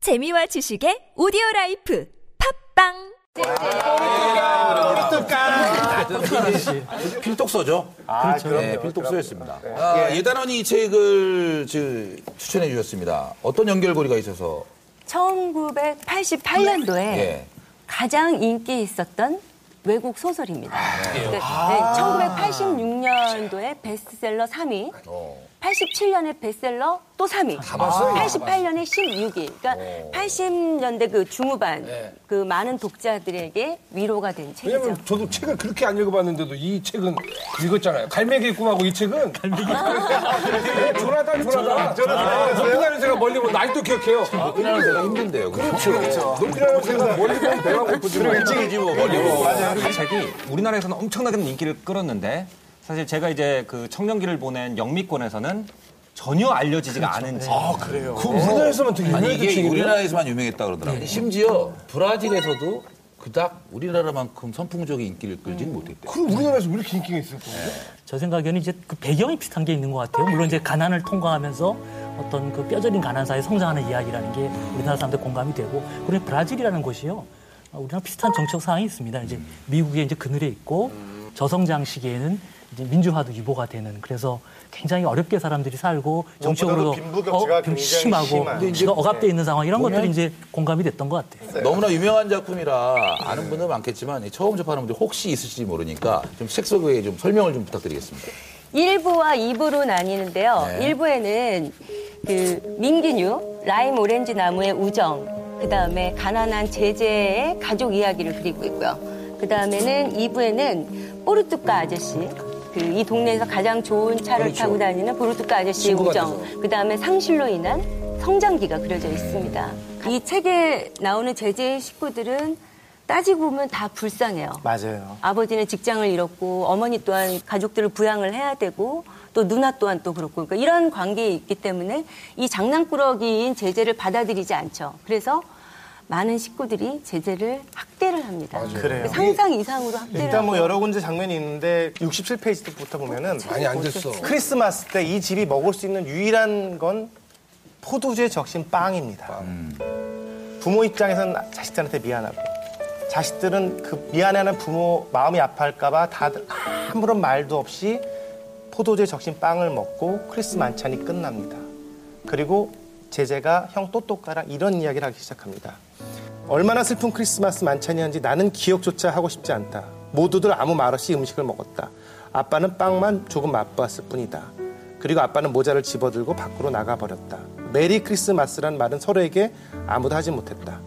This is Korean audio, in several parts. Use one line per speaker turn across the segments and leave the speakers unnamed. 재미와 지식의 오디오 라이프 팝빵
필독서죠. 그렇죠. 네, 필독서였습니다. 아, 예단원이 이 책을 지- 추천해 주셨습니다. 어떤 연결고리가 있어서
1988년도에
네.
예.
가장 인기 있었던 외국 소설입니다.
아,
그러니까 1986년도에 베스트셀러 3위,
어.
87년에 베스트셀러 또 3위, 88년에 16위. 그러니까 80년대 그 중후반 그 많은 독자들에게 위로가 된 책이죠.
네. 왜냐면 저도 책을 그렇게 안 읽어봤는데도 이 책은 읽었잖아요. 갈매기 꿈하고 이 책은. 갈매기 꿈. 조나단, 아, 조나단. 조나단. 높이나는 제가 멀리 보면 날도 기억해요.
그냥 제가 힘든데요. 그렇죠.
높이나는 제가 멀리 보면 배가 고프지만.
일찍이지 뭐 멀리고.
이 책이 우리나라에서는 엄청나게 인기를 끌었는데 사실 제가 이제 그 청년기를 보낸 영미권에서는 전혀 알려지지가
그렇죠. 네.
않은 책.
아,
그 우리나라에서만 되게
아니
유명했던
이게
책인데.
우리나라에서만 유명했다 그러더라고요. 심지어 브라질에서도 그닥 우리나라만큼 선풍적인 인기를 끌지는 못했대요.
그럼 우리나라에서 왜 이렇게 인기가 있을 거예요?
저 생각에는 이제 그 배경이 비슷한 게 있는 것 같아요. 물론 이제 가난을 통과하면서 어떤 그 뼈저린 가난 사회 에 성장하는 이야기라는 게 우리나라 사람들 공감이 되고 그리고 브라질이라는 곳이요. 어, 우리랑 비슷한 정책 상황이 있습니다. 이제 미국의 이제 그늘에 있고 저성장 시기에는 이제 민주화도 유보가 되는 그래서 굉장히 어렵게 사람들이 살고 정치적으로
빈부격차가 굉장히
심하고
심한.
지가 억압돼 있는 상황 이런 것들이 이제 공감이 됐던 것 같아요.
너무나 유명한 작품이라 아는 분들 많겠지만 처음 접하는 분들 혹시 있을지 모르니까 좀책 속에 좀 설명을 좀 부탁드리겠습니다.
1부와 2부로 나뉘는데요.
네.
1부에는 그 민기뉴, 라임 오렌지 나무의 우정, 그 다음에 가난한 제재의 가족 이야기를 그리고 있고요. 그 다음에는 2부에는 뽀르뚜까 아저씨, 그 이 동네에서 가장 좋은 차를 타고 다니는 뽀르뚜까 아저씨의 우정, 그 다음에 상실로 인한 성장기가 그려져 있습니다. 이 책에 나오는 제재의 식구들은 따지고 보면 다 불쌍해요.
맞아요.
아버지는 직장을 잃었고 어머니 또한 가족들을 부양을 해야 되고 또 누나 또한 또 그렇고 그러니까 이런 관계에 있기 때문에 이 장난꾸러기인 제재를 받아들이지 않죠. 그래서 많은 식구들이 제재를 학대를 합니다.
그래요.
상상 이상으로 학대를
일단 뭐
하고
여러 군데 장면이 있는데 67페이지부터 보면은
많이 안 됐어.
크리스마스 때 이 집이 먹을 수 있는 유일한 건 포도주에 적신 빵입니다. 음. 부모 입장에선 자식들한테 미안하고 자식들은 그 미안해하는 부모 마음이 아파할까봐 다들 아무런 말도 없이 포도주에 적신 빵을 먹고 크리스 만찬이 끝납니다. 그리고 제재가 형 또또까랑 이런 이야기를 하기 시작합니다. 얼마나 슬픈 크리스마스 만찬이었는지 나는 기억조차 하고 싶지 않다. 모두들 아무 말 없이 음식을 먹었다. 아빠는 빵만 조금 맛봤을 뿐이다. 그리고 아빠는 모자를 집어들고 밖으로 나가버렸다. 메리 크리스마스란 말은 서로에게 아무도 하지 못했다.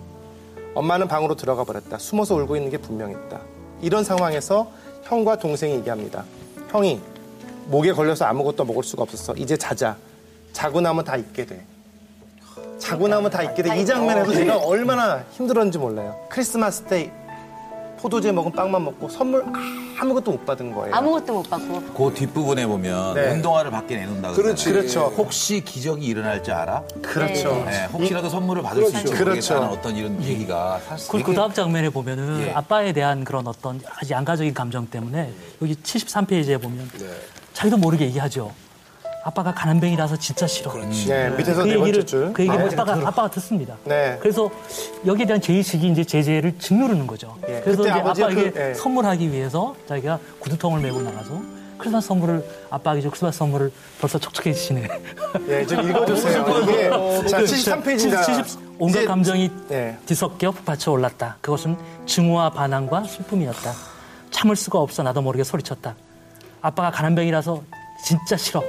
엄마는 방으로 들어가 버렸다. 숨어서 울고 있는 게 분명했다. 이런 상황에서 형과 동생이 얘기합니다. 형이 목에 걸려서 아무것도 먹을 수가 없었어. 이제 자자. 자고 나면 다 잊게 돼. 자고 나면 다 잊게 돼. 이
어.
장면에서 제가 얼마나 힘들었는지 몰라요. 크리스마스 때 포도주에 먹은 빵만 먹고 선물 아무것도 못 받은 거예요.
아무것도 못 받고
그 뒷부분에 보면
네.
운동화를 밖에 내놓는다
그렇지.
그러잖아요.
그렇죠.
혹시 기적이 일어날 줄 알아?
그렇죠.
네, 혹시라도 선물을 받을 수 있지
그렇죠.
모르겠다는 어떤 이런 얘기가 사실
그리고 그 다음 장면에 보면은
예.
아빠에 대한 그런 어떤 여러 가지 양가적인 감정 때문에 여기 73페이지에 보면
네.
자기도 모르게 얘기하죠. 아빠가 가난뱅이라서 진짜 싫어.
네, 밑에서
그
네 번째
얘기를
줄. 그렇죠.
그 얘기를 아빠가 아빠가 듣습니다.
네.
그래서 여기에 대한 제의식이 이제 제재를 짓누르는 거죠.
예,
그래서
그때
이제
아버지가
아빠에게
그- 예.
선물하기 위해서 자기가 구두통을 메고 나가서 크리스마스 선물을 아빠에게 줘 크리스마스 선물을 벌써 촉촉해지시네.
예, 좀 읽어주세요. 이게 자,
그
73페이지입니다.
70 온갖 감정이
예.
뒤섞여 받쳐 올랐다. 그것은 증오와 반항과 슬픔이었다. 참을 수가 없어 나도 모르게 소리쳤다. 아빠가 가난병이라서 진짜 싫어.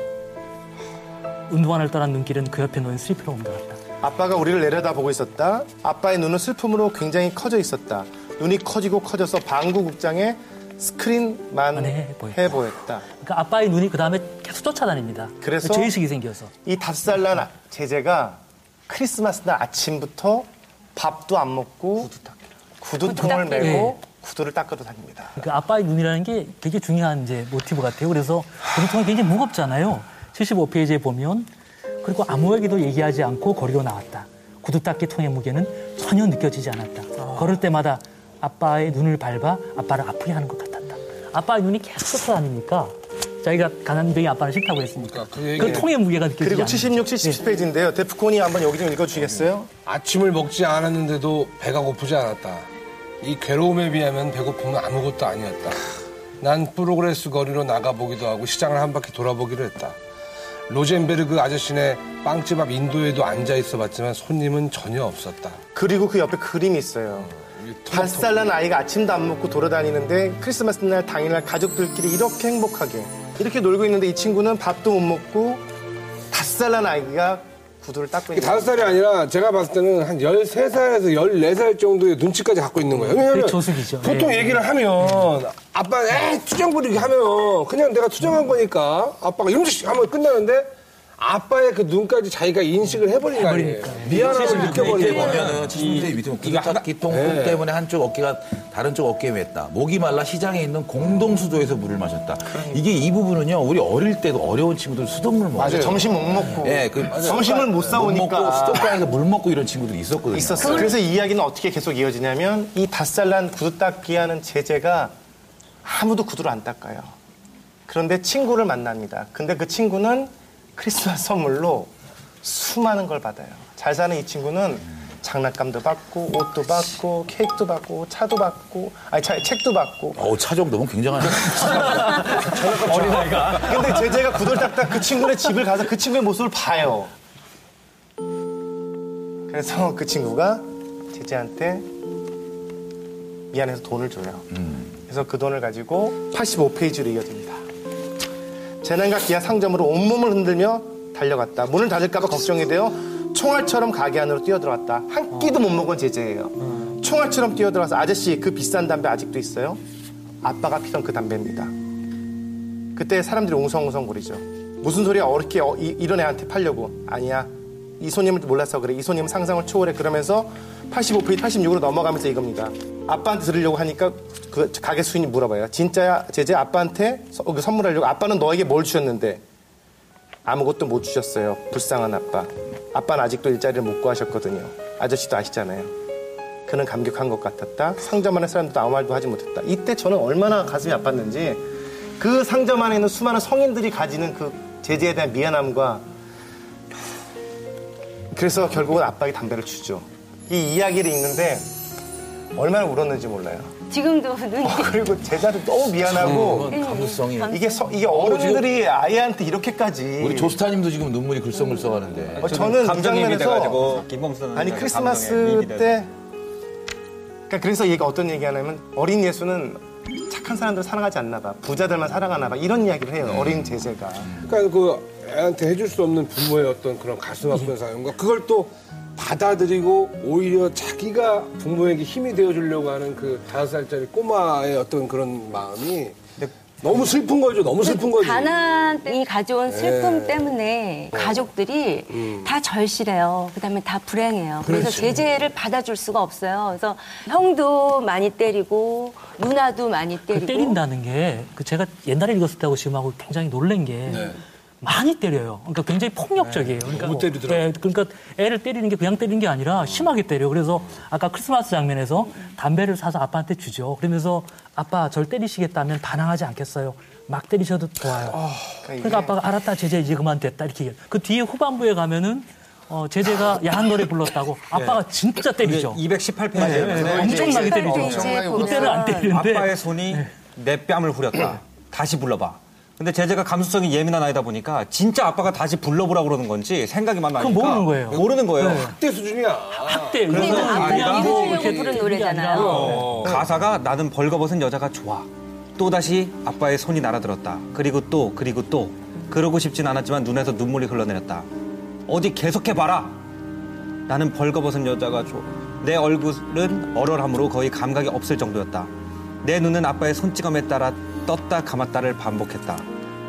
운동화를 떠난 눈길은 그 옆에 놓인 슬리퍼로 옮겨갔다.
아빠가 우리를 내려다보고 있었다. 아빠의 눈은 슬픔으로 굉장히 커져 있었다. 눈이 커지고 커져서 방구국장에 스크린만
해 보였다.
해 보였다.
그러니까 아빠의 눈이 그 다음에 계속 쫓아다닙니다.
그래서?
죄의식이 생겨서.
이 닭살난 아, 제재가 크리스마스 날 아침부터 밥도 안 먹고
구두
구두통을
닦기를.
메고 구두를 닦으러 다닙니다.
예. 그러니까 아빠의 눈이라는 게 되게 중요한 이제 모티브 같아요. 그래서 구두통이 굉장히 무겁잖아요. 75페이지에 보면 그리고 아무에게도 얘기하지 않고 거리로 나왔다. 구두 닦기 통의 무게는 전혀 느껴지지 않았다. 걸을 때마다 아빠의 눈을 밟아 아빠를 아프게 하는 것 같았다. 아빠의 눈이 계속 쫓아다니니까 자기가 가난뱅이 아빠를 싫다고 했으니까.
그러니까 그 얘기-
그 통의 무게가 느껴지지
그리고
않아요.
76, 77페이지인데요. 데프콘이 한번 여기 좀 읽어주시겠어요?
아침을 먹지 않았는데도 배가 고프지 않았다. 이 괴로움에 비하면 배고픔은 아무것도 아니었다. 난 프로그레스 거리로 나가보기도 하고 시장을 한 바퀴 돌아보기로 했다. 로젠베르그 아저씨네 빵집 앞 인도에도 앉아 있어 봤지만 손님은 전혀 없었다.
그리고 그 옆에 그림이 있어요. 밭살 난 아이가 아침도 안 먹고 돌아다니는데 크리스마스 날 당일날 가족들끼리 이렇게 행복하게 이렇게 놀고 있는데 이 친구는 밥도 못 먹고 닷살 난 아이가 구두를 닦고
이게
있는
다섯 살이 아니라 제가 봤을 때는 한 13살에서 14살 정도의 눈치까지 갖고 있는 거예요. 왜냐면
그게 저승이죠.
보통
예.
얘기를 하면 아빠 에 투정 부리기 하면 그냥 내가 투정한 거니까 아빠가 이런 짓 하면 끝나는데 아빠의 그 눈까지 자기가 인식을 해버린 거 아니에요. 미안함을
밑에
네.
느껴버린 거예요.
보면은 70cm 밑에 보면 구두탁 기통 네. 때문에 한쪽 어깨가 다른 쪽 어깨에 맸다. 목이 말라 시장에 있는 공동수도에서 물을 마셨다.
그러니까.
이게 이 부분은요. 우리 어릴 때도 어려운 친구들 수돗물 먹어요.
맞아요. 점심 못 먹고
예, 그
점심을 못
먹고
사오니까
수도가에서 물 먹고 이런 친구들이 있었거든요.
있었어요. 그래서 이 이야기는 어떻게 계속 이어지냐면 이 닷살 난 구두 닦기 하는 제재가 아무도 구두를 안 닦아요. 그런데 친구를 만납니다. 근데 그 친구는 크리스마스 선물로 수많은 걸 받아요. 잘 사는 이 친구는 장난감도 받고 옷도 받고 케이크도 받고 차도 받고 아니 차, 책도 받고
어우, 차 정도면 굉장한.
근데 제재가 구들딱딱 그 친구네 집을 가서 그 친구의 모습을 봐요. 그래서 그 친구가 제재한테 미안해서 돈을 줘요. 그래서 그 돈을 가지고 85페이지로 이어집니다. 재난과 기아 상점으로 온몸을 흔들며 달려갔다. 문을 닫을까봐 걱정이 되어 총알처럼 가게 안으로 뛰어들어왔다. 한 끼도 못 먹은 제재예요. 총알처럼 뛰어들어와서 아저씨 그 비싼 담배 아직도 있어요? 아빠가 피던 그 담배입니다. 그때 사람들이 웅성웅성거리죠. 무슨 소리야 어렵게 어, 이, 런 애한테 팔려고. 아니야. 이 손님을 몰라서 그래. 이 손님 상상을 초월해. 그러면서 85페이지 86으로 넘어가면서 이겁니다. 아빠한테 들으려고 하니까 그 가게 수인이 물어봐요. 진짜야 제제 아빠한테 서- 그 선물하려고 아빠는 너에게 뭘 주셨는데 아무것도 못 주셨어요. 불쌍한 아빠. 아빠는 아직도 일자리를 못 구하셨거든요. 아저씨도 아시잖아요. 그는 감격한 것 같았다. 상점 안에 사람들도 아무 말도 하지 못했다. 이때 저는 얼마나 가슴이 아팠는지 그 상점 안에 있는 수많은 성인들이 가지는 그 제재에 대한 미안함과 그래서 결국은 아빠에게 담배를 주죠. 이 이야기를 읽는데 얼마나 울었는지 몰라요.
지금도 눈이
그리고 제자도 너무 미안하고
감수성이.
이게 서- 이게 어른들이 아이한테 이렇게까지
우리 조스타님도 지금 눈물이 글썽글썽하는데.
어, 저는 이
감정이입이
장면에서
돼가지고 김범수 선생님
아니 크리스마스 때 그러니까 그래서 얘가 어떤 얘기하냐면 어린 예수는 착한 사람들 사랑하지 않나 봐 부자들만 사랑하나 봐 이런 이야기를 해요
음.
어린 제재가
그러니까 그 애한테 해줄 수 없는 부모의 어떤 그런 가슴 아픈 사연과 그걸 또 받아들이고 오히려 자기가 부모에게 힘이 되어주려고 하는 그 다섯 살짜리 꼬마의 어떤 그런 마음이 너무 슬픈 거죠. 너무 슬픈 거죠.
네, 가난이 가져온
네.
슬픔 때문에 가족들이
음.
다 절실해요. 그다음에 다 불행해요. 그래서
그렇죠.
제재를 받아줄 수가 없어요. 그래서 형도 많이 때리고 누나도 많이
그
때리고
때린다는 게 그 제가 옛날에 읽었을 때하고 지금하고 굉장히 놀란 게 많이 때려요. 그러니까 굉장히 폭력적이에요. 그러니까
너무
뭐,
때리더라고요.
예, 그러니까 애를 때리는 게 그냥 때리는 게 아니라 심하게 때려. 그래서 아까 크리스마스 장면에서 담배를 사서 아빠한테 주죠. 그러면 아빠 절 때리시겠다면 반항하지 않겠어요. 막 때리셔도 좋아요. 그러니까 아빠가 알았다 제재 이제 그만 됐다 이렇게 얘기해요. 그 뒤에 후반부에 가면은 어, 제재가 야한 노래 불렀다고 아빠가 진짜 때리죠.
네,
218페이지에
엄청나게 때리죠.
이제
그때는
보면
안 때리는데
아빠의 손이
네.
내 뺨을 후렸다. 다시 불러봐. 근데 제재가 감수성이 예민한 아이다 보니까 진짜 아빠가 다시 불러보라 고 그러는 건지 생각이 만 나니까
그건 모르는 거예요.
모르는 거예요.
네.
그때 네. 수준이야.
학대
근데
이거는
아빠가
그냥 뭐
이러려고
이렇게
부른
그게 아니라
노래잖아요.
어.
가사가 나는 벌거벗은 여자가 좋아. 또 다시 아빠의 손이 날아들었다. 그리고 또 그리고 또 그러고 싶진 않았지만 눈에서 눈물이 흘러내렸다. 어디 계속해 봐라. 나는 벌거벗은 여자가 좋아. 내 얼굴은 얼얼함으로 거의 감각이 없을 정도였다. 내 눈은 아빠의 손찌검에 따라 떴다 감았다를 반복했다.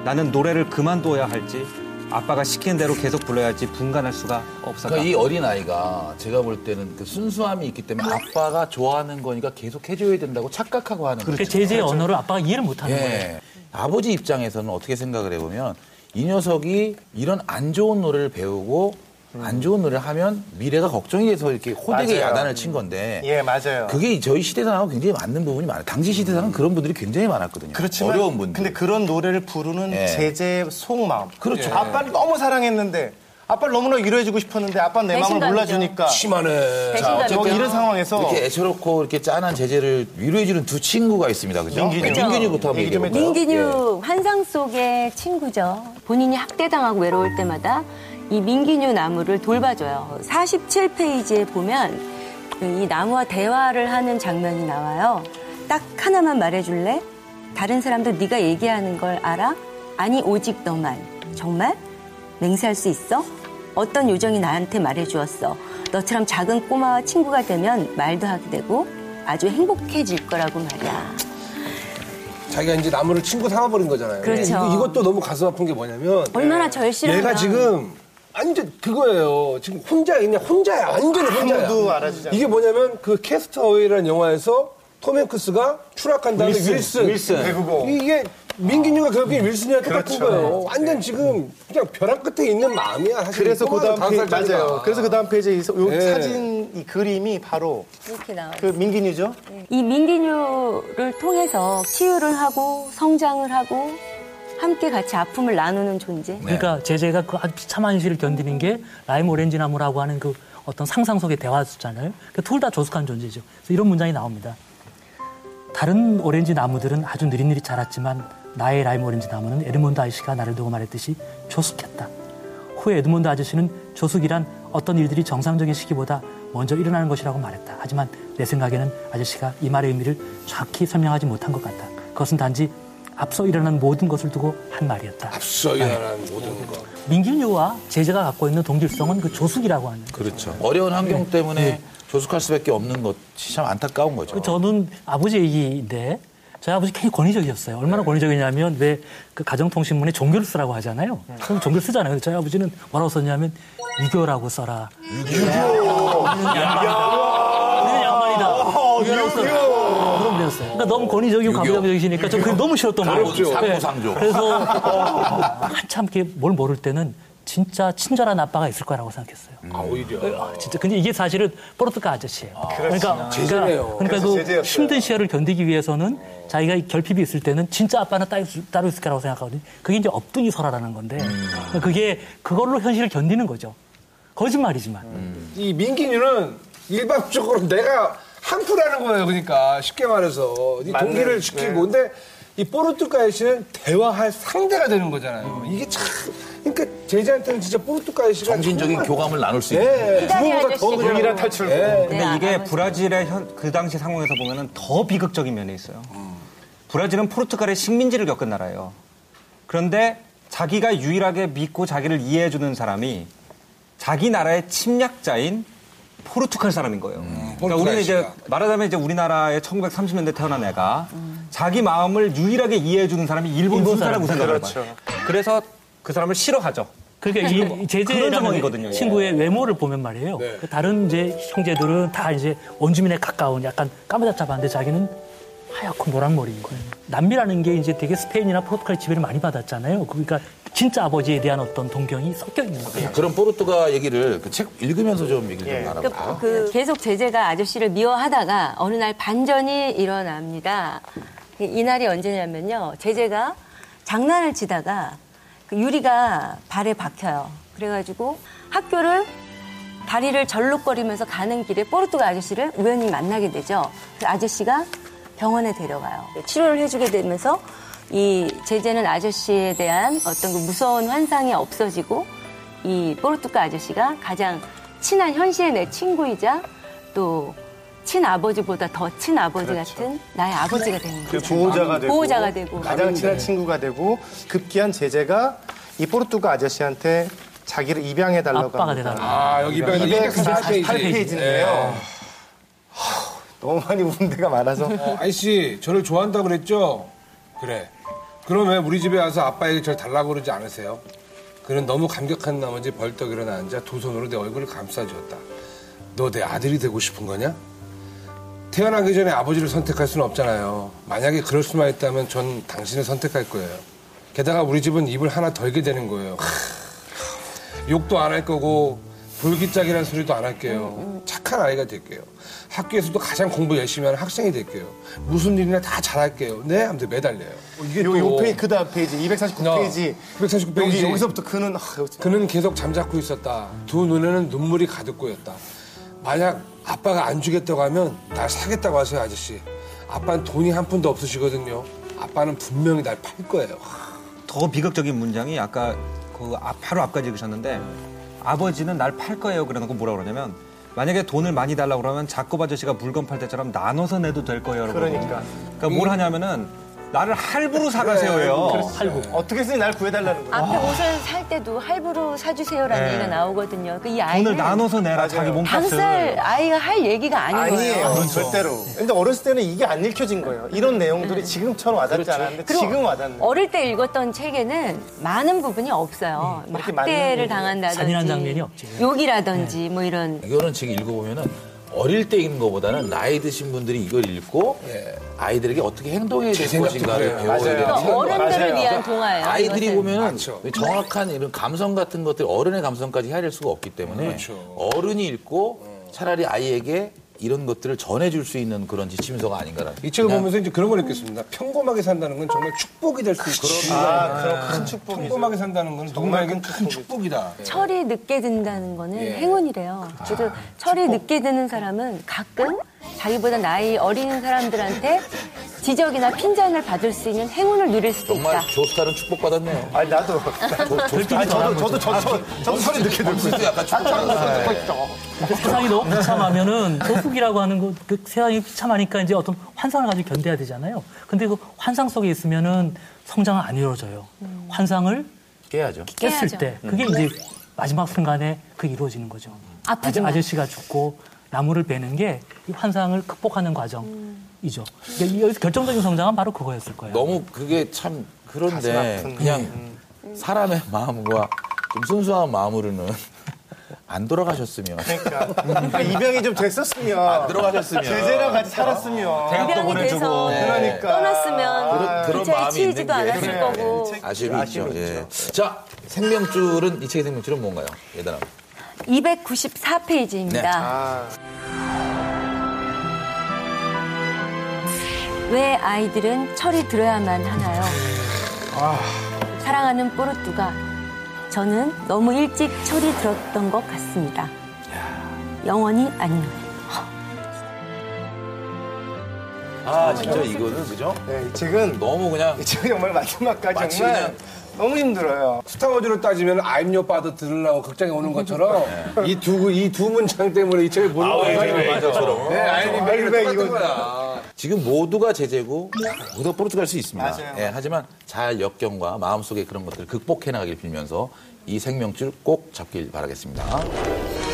나는 노래를 그만둬야 할지 아빠가 시키는 대로 계속 불러야 할지 분간할 수가 없었다.
그러니까 이 어린 아이가 제가 볼 때는 그 순수함이 있기 때문에 아빠가 좋아하는 거니까 계속 해줘야 된다고 착각하고 하는 거죠.
그
그렇죠,
제재의 언어를 아빠가 이해를 못하는 거예요.
예. 아버지 입장에서는 어떻게 생각을 해보면 이 녀석이 이런 안 좋은 노래를 배우고 안 좋은 노래를 하면 미래가 걱정이 돼서 이렇게 호되게
맞아요.
야단을 친 건데
예, 맞아요.
그게 저희 시대상하고 굉장히 맞는 부분이 많아요. 당시 시대상은 그런 분들이 굉장히 많았거든요.
그렇지만
어려운 분들.
근데 그런 노래를 부르는
예.
제재의 속마음. 예.
그렇죠.
아빠를 너무 사랑했는데 아빠를 너무나 위로해주고 싶었는데 아빠는 내 마음을
배신감이죠.
몰라주니까
심하네.
배신감이
뭐 이런 상황에서
이렇게 애처롭고 이렇게 짠한 제재를 위로해주는 두 친구가 있습니다. 그죠?
민균이요.
네, 민균이부터 한번
얘기 좀
얘기해볼까요? 예.
민기뉴 환상 속의 친구죠. 본인이 학대당하고 외로울 때마다 이 민기뉴 나무를 돌봐줘요. 47페이지에 보면 그이 나무와 대화를 하는 장면이 나와요. 딱 하나만 말해줄래? 다른 사람도 네가 얘기하는 걸 알아? 아니 오직 너만. 정말? 맹세할 수 있어? 어떤 요정이 나한테 말해주었어. 너처럼 작은 꼬마와 친구가 되면 말도 하게 되고 아주 행복해질 거라고 말이야.
자기가 이제 나무를 친구 삼아버린 거잖아요.
그렇죠.
이거- 이것도 너무 가슴 아픈 게 뭐냐면
얼마나 절실한가.
얘가 지금 완전 그거예요. 지금 혼자 그냥 혼자야. 완전 혼자야.
아무도 알아주지 않아.
이게 뭐냐면 그 캐스터웨이라는 영화에서 톰 행크스가 추락한 다음에
윌슨,
윌슨.
윌슨. 배구공.
이게 민균이가 결국에 윌슨이랑 똑같은
그렇죠.
거예요. 완전 지금 그냥 벼랑 끝에 있는 마음이야. 사실
그래서 그
꼬마도
다음
다섯
페이지
살짜리가.
맞아요. 그래서 그 다음 페이지에 이 요
예.
사진 이 그림이 바로
이렇게 나와요.
그 민균이죠.
이 민기뉴를 통해서 치유를 하고 성장을 하고 함께 같이 아픔을 나누는 존재.
그러니까 제재가 그 아주 비참한 현실을 견디는 게 라임 오렌지 나무라고 하는 그 어떤 상상 속의 대화였잖아요. 그러니까 둘 다 조숙한 존재죠. 그래서 이런 문장이 나옵니다. 다른 오렌지 나무들은 아주 느릿느릿 자랐지만 나의 라임 오렌지 나무는 에드몬드 아저씨가 나를 두고 말했듯이 조숙했다. 후에 에드몬드 아저씨는 조숙이란 어떤 일들이 정상적인 시기보다 먼저 일어나는 것이라고 말했다. 하지만 내 생각에는 아저씨가 이 말의 의미를 정확히 설명하지 못한 것 같다. 그것은 단지 앞서 일어난 모든 것을 두고 한 말이었다.
앞서 일어나는 모든 거.
민균유와 제재가 갖고 있는 동질성은 그 조숙이라고 하는. 거예요.
그렇죠. 어려운 환경 때문에 조숙할 수밖에 없는 것이 참 안타까운 거죠.
그 저는 아버지 얘기인데 저희 아버지 굉장히 권위적이었어요. 얼마나 권위적이냐면 왜 그 가정통신문에 종교를 쓰라고 하잖아요. 그럼 종교를 쓰잖아요. 근데 저희 아버지는 뭐라고 썼냐면 유교라고 써라. 유교. 우리는 양반이다. 아, 유교라고 써라. 그런 그랬어요. 그러니까 너무 권위적이고
유교.
감정적이시니까 저 그게 너무 싫었던 거예요.
가렵죠.
네.
상부상조.
그래서 어, 한참 이렇게 뭘 모를 때는 진짜 친절한 아빠가 있을 거라고 생각했어요.
아, 오히려.
아, 진짜. 근데 이게 사실은 포르투가 아저씨예요. 그러니까
제재네요.
그러니까
그래서
그
제재였어요.
힘든 시야를 견디기 위해서는 자기가 이 결핍이 있을 때는 진짜 아빠는 따로, 있- 따로 있을 거라고 생각하거든요. 그게 이제 업둥이 설화라는 건데 그게 그걸로 현실을 견디는 거죠. 거짓말이지만.
이 민기뉴는 일방적으로 내가 항풀하는 거예요. 그러니까 쉽게 말해서 이 동기를 지키고 근데 이 포르투갈 씨는 대화할 상대가 되는 거잖아요. 이게 참 그러니까 제자한테는 진짜 포르투갈 씨가
정신적인
정말-
교감을 나눌 수 있는.
예, 부모보다 더
아저씨가.
그냥
유일한 탈출구.
예.
근데
네,
이게
알아보세요.
브라질의 현- 그 당시 상황에서 보면은 더 비극적인 면이 있어요. 브라질은 포르투갈의 식민지를 겪은 나라예요. 그런데 자기가 유일하게 믿고 자기를 이해해주는 사람이 자기 나라의 침략자인 포르투갈 사람인 거예요. 그러니까
음, 포르투갈
우리는 이제
씨가.
말하자면 이제 우리나라의 1930년대 태어난 애가 자기 마음을 유일하게 이해해주는 사람이 일본 순사라고 생각을 해요.
그렇죠.
그래서 그 사람을 싫어하죠.
그러니까 이- 이
네. 그런
제재라는
상황이거든요. 네.
친구의 외모를 보면 말이에요. 그 다른 이제 형제들은 다 이제 원주민에 가까운 약간 까무잡잡한데 자기는 하얗고 노란 머리인 거예요. 남미라는 게 이제 되게 스페인이나 포르투갈 지배를 많이 받았잖아요. 그러니까 진짜 아버지에 대한 어떤 동경이 섞여 있는 거예요.
그런 포르투가 얘기를 그 책 읽으면서 좀 얘기를
예.
좀
그,
알아볼까요?
그 계속 제재가 아저씨를 미워하다가 어느 날 반전이 일어납니다. 이- 이날이 언제냐면요. 제재가 장난을 치다가 그 유리가 발에 박혀요. 그래가지고 학교를 다리를 절룩거리면서 가는 길에 포르투갈 아저씨를 우연히 만나게 되죠. 그 아저씨가 병원에 데려가요. 예, 치료를 해주게 되면서 이 제재는 아저씨에 대한 어떤 그 무서운 환상이 없어지고 이 포르투갈 아저씨가 가장 친한 현시의 내 친구이자 또 친아버지보다 더 친아버지 같은 나의 아버지가 되는
그렇죠. 그
거죠.
보호자가 되고,
보호자가 되고.
가장 친한 친구가 되고 급기한 제재가 이 포르투가 아저씨한테 자기를 입양해 달라고
아빠가 되다가.
아, 여기 입양이 248페이지.
248페이지인데요. 네. 너무 많이 우는 데가 많아서
어, 아이씨, 저를 좋아한다 그랬죠? 그래. 그럼 왜 우리 집에 와서 아빠에게 절 달라고 그러지 않으세요? 그는 너무 감격한 나머지 벌떡 일어나 앉아 두 손으로 내 얼굴을 감싸주었다. 너 내 아들이 되고 싶은 거냐? 태어나기 전에 아버지를 선택할 수는 없잖아요. 만약에 그럴 수만 있다면 전 당신을 선택할 거예요. 게다가 우리 집은 입을 하나 덜게 되는 거예요. 욕도 안 할 거고 볼기짝이라는 소리도 안 할게요. 착한 아이가 될게요. 학교에서도 가장 공부 열심히 하는 학생이 될게요. 무슨 일이나 다 잘할게요. 네, 하면서 매달려요.
이게 요, 요 페이지 그다음 페이지 249페이지
249 페이지.
여기, 여기서부터 그는 아, 여기-
그는 계속 잠자코 있었다. 두 눈에는 눈물이 가득 고였다. 만약 아빠가 안 주겠다고 하면 날 사겠다고 하세요, 아저씨. 아빠는 돈이 한 푼도 없으시거든요. 아빠는 분명히 날 팔 거예요.
더 비극적인 문장이 아까 그 앞- 바로 앞까지 읽으셨는데 아버지는 날 팔 거예요 그러는 거 뭐라 그러냐면 만약에 돈을 많이 달라고 그러면 자꾸 아저씨가 물건 팔 때처럼 나눠서 내도 될 거예요. 라고
그러니까.
그러니까 뭘 하냐면은 나를 할부로
네,
사가세요. 예.
팔고.
어떻게 쓰니 날 구해달라는 거야.
앞에 옷을 살 때도 할부로 사주세요라는
네.
얘기가 나오거든요. 그 이
돈을
아이는
나눠서 내라
맞아요.
자기 몸값을.
당살 아이가 할 얘기가 아닌 거예요.
아니에요, 절대로. 근데 어렸을 때는 이게 안 읽혀진 거예요. 이런 내용들이 지금처럼 와닿지 않았는데
그리고
지금 와닿는 거예요.
어릴 때 읽었던 책에는 많은 부분이 없어요. 뭐
그렇게
학대를
많은
당한다든지
잔인한 장면이 없지.
욕이라든지 뭐 이런
이거는 지금 읽어보면은 어릴 때 읽는 것보다는 나이 드신 분들이 이걸 읽고 아이들에게 어떻게 행동해야
제
될
생각도
것인가를
그래요.
배워야
맞아요.
되는
그러니까
거예요.
어른들을
맞아요.
위한 동화예요.
아이들이
이것은.
보면은
맞죠.
정확한 이런 감성 같은 것들 어른의 감성까지 헤아릴 수가 없기 때문에
그렇죠.
어른이 읽고 차라리 아이에게 이런 것들을 전해줄 수 있는 그런 지침서가 아닌가라는
이 책을
그냥
보면서 이제 그런 걸 느꼈습니다. 평범하게 산다는 건 정말 축복이 될 수 있고
아, 그럼 큰 축복이죠.
평범하게 산다는 건 누군가에겐 큰 축복이다.
철이 늦게 든다는 거는
예.
행운이래요. 그래서 철이 늦게 드는 사람은 가끔 자기보다 나이 어린 사람들한테 지적이나 핀잔을 받을 수 있는 행운을 누릴 수도 있다.
정말 조스타는 축복받았네요.
아니 나도. 아니, 저도 저도 저, 저, 저도 소리 늦게 들고 있어요. 아, 네.
약간 축복받았어요.
그 세상이 너무 비참하면은 소수기라고 하는 거, 그 세상이 비참하니까 이제 어떤 환상을 가지고 견뎌야 되잖아요. 근데 그 환상 속에 있으면은 성장은 안 이루어져요. 환상을
깨야죠.
깼을
깨야죠. 음.
때 그게 이제 마지막 순간에 그 이루어지는 거죠.
아프지만.
아저, 씨가 죽고 나무를 베는 게 이 환상을 극복하는
음.
과정이죠. 그러니까 여기서 결정적인 성장은 바로 그거였을 거예요.
너무 그게 참
가슴
그런데
아픈. 음.
그냥 사람의 마음과 좀 순수한 마음으로는 안 돌아가셨으면
그러니까 입양이 좀 됐었으면
들어가셨으면
제재랑 같이 살았으면
대학도
입양이
보내주고.
돼서
그러니까.
떠났으면
그런-
그
그런
자리
마음이
치이지도
있는 게
않았을
그래.
거고
아, 네. 아쉬움이,
아쉬움이
있죠. 예. 자, 생명줄은 이 책의 생명줄은 뭔가요? 얘들아.
294페이지입니다.
네.
아,
왜 아이들은 철이 들어야만 하나요? 사랑하는 뽀로뚜가 저는 너무 일찍 철이 들었던 것 같습니다. 영원히 안녕.
아, 진짜 이거는 그죠?
네, 이 책은
너무 그냥
이 책은 정말 마지막까지
마치
정말
그냥-
너무 힘들어요.
스타워즈로 따지면 I'm your father 들으려고 극장에 오는 것처럼
네.
이 두 이 두 문장 때문에 이 책을
아,
보는 거예요.
맞아처럼.
네, 아이린 벨벳
이거-
이거
지금 모두가 제재고 모두가 포르투갈 수 있습니다.
맞아요.
예, 하지만 잘 역경과 마음속의 그런 것들을 극복해 나가길 빌면서 이 생명줄 꼭 잡길 바라겠습니다.